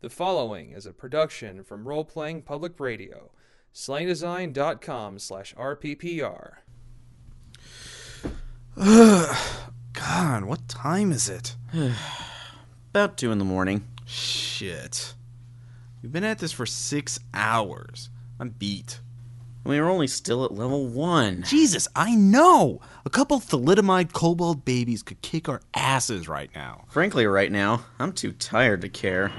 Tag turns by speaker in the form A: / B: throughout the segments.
A: The following is a production from Role Playing Public Radio, slangdesign.com slash RPPR.
B: God, what time is it?
C: About two in the morning.
B: Shit. We've been at this for six hours. I'm beat.
C: We were only still at level one.
B: Jesus, I know! A couple thalidomide kobold babies could kick our asses right now.
C: Frankly, right now, I'm too tired to care.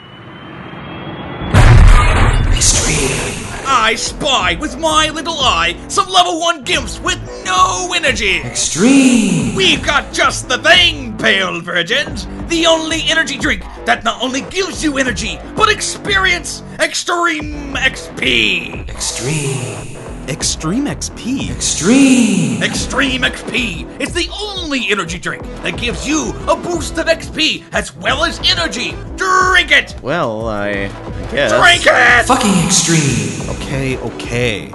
D: I spy with my little eye some level 1 gimps with no energy!
E: Extreme!
D: We've got just the thing, pale virgins! The only energy drink that not only gives you energy, but experience extreme XP!
E: Extreme!
B: Extreme XP.
E: Extreme!
D: Extreme XP is the only energy drink that gives you a boost of XP as well as energy! Drink it!
C: Well, I I guess.
D: Drink it!
E: Fucking extreme!
B: Okay, okay.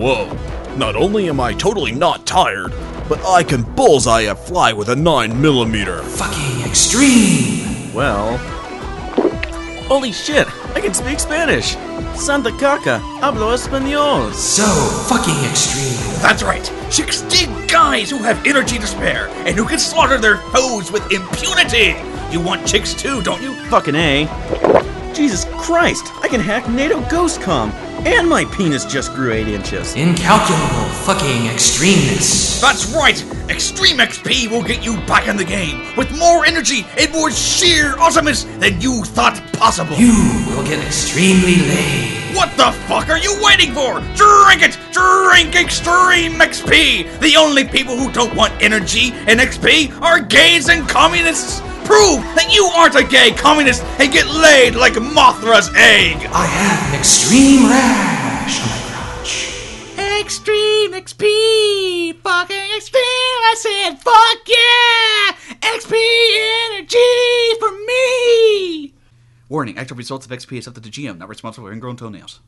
F: Whoa. Not only am I totally not tired, but I can bullseye a fly with a 9mm.
E: Fucking extreme!
C: Well. Holy shit! I can speak Spanish! Santa Caca! Hablo Español!
E: So fucking extreme!
D: That's right, 16 guys who have energy to spare and who can slaughter their foes with impunity! You want chicks too, don't you?
C: Fucking A. Jesus Christ! I can hack NATO Ghostcom! And my penis just grew 8 inches.
E: Incalculable fucking extremeness!
D: That's right! Extreme XP will get you back in the game with more energy and more sheer awesomeness than you thought possible!
E: You will get extremely laid!
D: what the fuck are you waiting for? Drink it! Drink Extreme XP! The only people who don't want energy and XP are gays and communists! Prove that you aren't a gay communist and get laid like Mothra's egg!
E: I have an extreme rash on my crotch.
G: Extreme XP! Fucking extreme! I said, fuck yeah! XP energy for me! Warning, actual results of XP is up to the GM, not responsible for ingrown toenails.